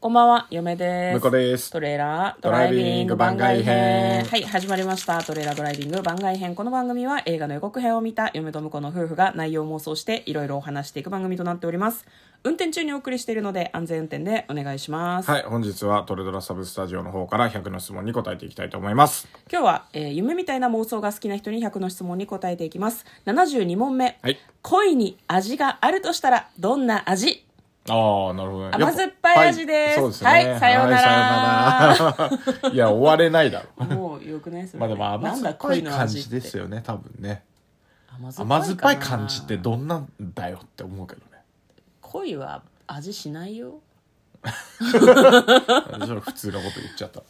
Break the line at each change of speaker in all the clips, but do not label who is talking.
こんばんは、嫁です。
向こうです
トレーラード
ド
ラ
ラ
イ
イ
ビ
ビ
ン
ン
グ
グ
番
番
外
外
編。
編
はい、始まりました。トレーラードライビング番外編。この番組は映画の予告編を見た嫁と婿の夫婦が内容を妄想していろいろお話していく番組となっております。運転中にお送りしているので安全運転でお願いします。
はい、本日はトレドラサブスタジオの方から100の質問に答えていきたいと思います。
今日は、えー夢みたいな妄想が好きな人に100の質問に答えていきます。72問目。
はい
恋に味があるとしたらどんな 味
ああ、なるほどね。
甘酸っぱい味です
やっぱそうですよね。
はいさようなら
はいさようなら いや、終われな いだろ。
もうよくないです
まあでも甘酸っぱい感じです
よ。
よね、多分ね。
甘酸
甘酸っぱい
かな
感じってどんなんだよって思うけどね。
恋は味しないよ。
それ普通のこと言っちゃった。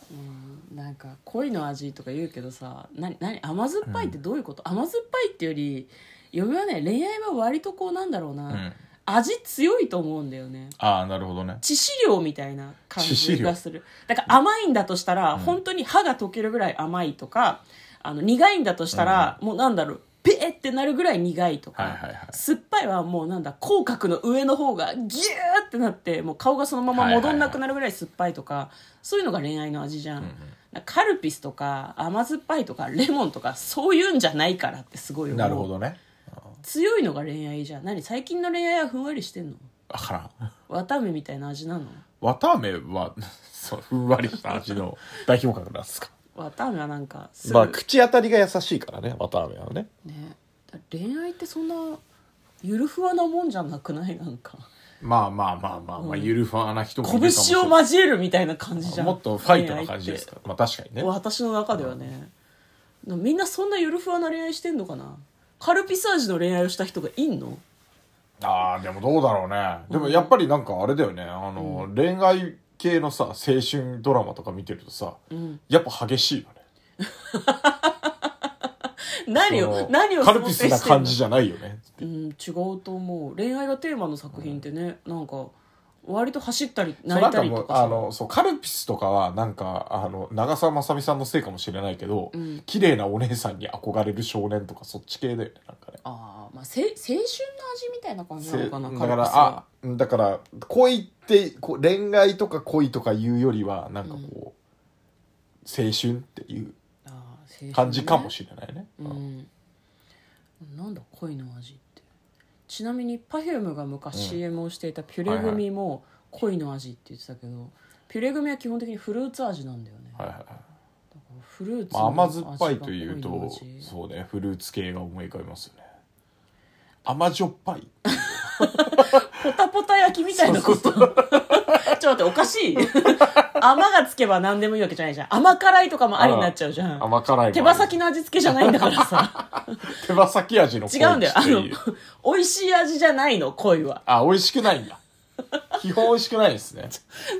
なんか恋の味とか言うけどさなな甘酸っぱいってどういうこと、甘酸っぱいってより嫁はね恋愛は割とこうなんだろうな、
ん
味強いと思うんだよね
ああ、なるほどね。
致死量みたいな感
致死
じ
量
がするだから甘いんだとしたら、本当に歯が溶けるぐらい甘いとかあの苦いんだとしたら、もうなんだろうペーってなるぐらい苦いとか、
はいはいはい
酸っぱいはもうなんだ口角の上の方がギューってなってもう顔がそのまま戻んなくなるぐらい酸っぱいとか、そういうのが恋愛の味じゃん、なんかカルピスとか甘酸っぱいとかレモンとかそういうんじゃないからってすごい思う
なるほどね。
強いのが恋愛じゃん何最近の恋愛はふんわりしてんの
わからん。
綿あめみたいな味なの
綿あめは、そう、ふんわりした味の代表格なんで すか。
綿あめはなんかすぐ、
まあ、口当たりが優しいからね、綿あめはね。
ねだ恋愛ってそんなゆるふわなもんじゃなくないなんか
まあまあまあまあ、まあ、ゆるふわな人もいるかもしれ
拳
な
を
い
交えるみたいな感じじゃん
もっとファイトな感じですかまあ確かに
恋
ね
愛って私の中ではね、みんなそんなゆるふわな恋愛してんのかなカルピス味の恋愛をした人がいんの
ああでもどうだろうねでもやっぱりなんかあれだよねあの、恋愛系のさ青春ドラマとか見てるとさ、やっぱ激しいよね
何
そ
を
の
何を
カルピスな感じ
ゃ
じゃないよね
うん違うと思う恋愛がテーマの作品ってね、なんか割と走ったり
そう
泣
ないん
た
か
り
も
と
う
か
あ
さ
のそうカルピスとかはなんかあの長澤まさみさんのせいかもしれないけど、綺麗なお姉さんに憧れる少年とかそっち系だよねなんかね
あーまあ、せ青春の味みたいな感じなのかな
せ
カ
だか
ルピ
ら
スは
あだから恋ってこう恋愛とか恋とかいうよりはなんかこう、青春っていう
あー青春ね
感じかもしれないね、う
うんん、なんだ恋の味ってちなみに Perfume が昔 CM をしていたピュレ組も恋の味って言ってたけど、ピュレ組は基本的にフルーツ味なんだよね、
はいはいはい
フルーツ
まあ、
の
甘酸っぱいという
味が
と
恋の味
そうねフルーツ系が思い浮かびますよね甘じょっぱい
ポタポタ焼きみたいなことちょっと待っておかしい 甘がつけば何でもいいわけじゃないじゃん甘辛いとかもありになっちゃうじゃん
甘辛いもある
手羽先の味付けじゃないんだ からさ
手羽先味の
違
恋
うんだよあ
ってい
の美味しい味じゃないの恋は
あ美味しくないんだ基本美味しくないですね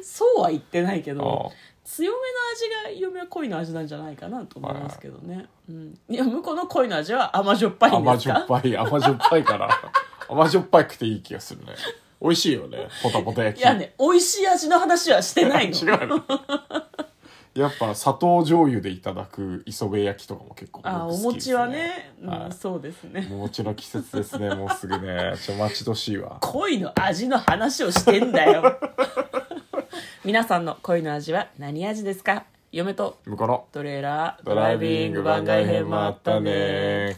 そうは言ってないけ
あ
ど
あ
強めの味が嫁は恋の味なんじゃないかなと思いますけどね、うん、いや向こうの恋の味は甘じょっぱいんで
甘
す
じょっ
か
ぱい甘じょっぱいから甘じょっぱくていい気がするね美味しいよねポタポタ焼
い
き
やね美味しい味の話はしてない の
違うのやっぱ砂糖醤油でいただく磯辺焼きとかも結構
ああお
僕好きです
餅はね、うん
はい
そうですね
お餅の季節ですねもうすぐねちょ待ち遠しいわ
恋の味の話をしてんだよ 皆さんの恋の味は何味ですか嫁と
向こうの
トレーラード
ドライビング番外編もあったね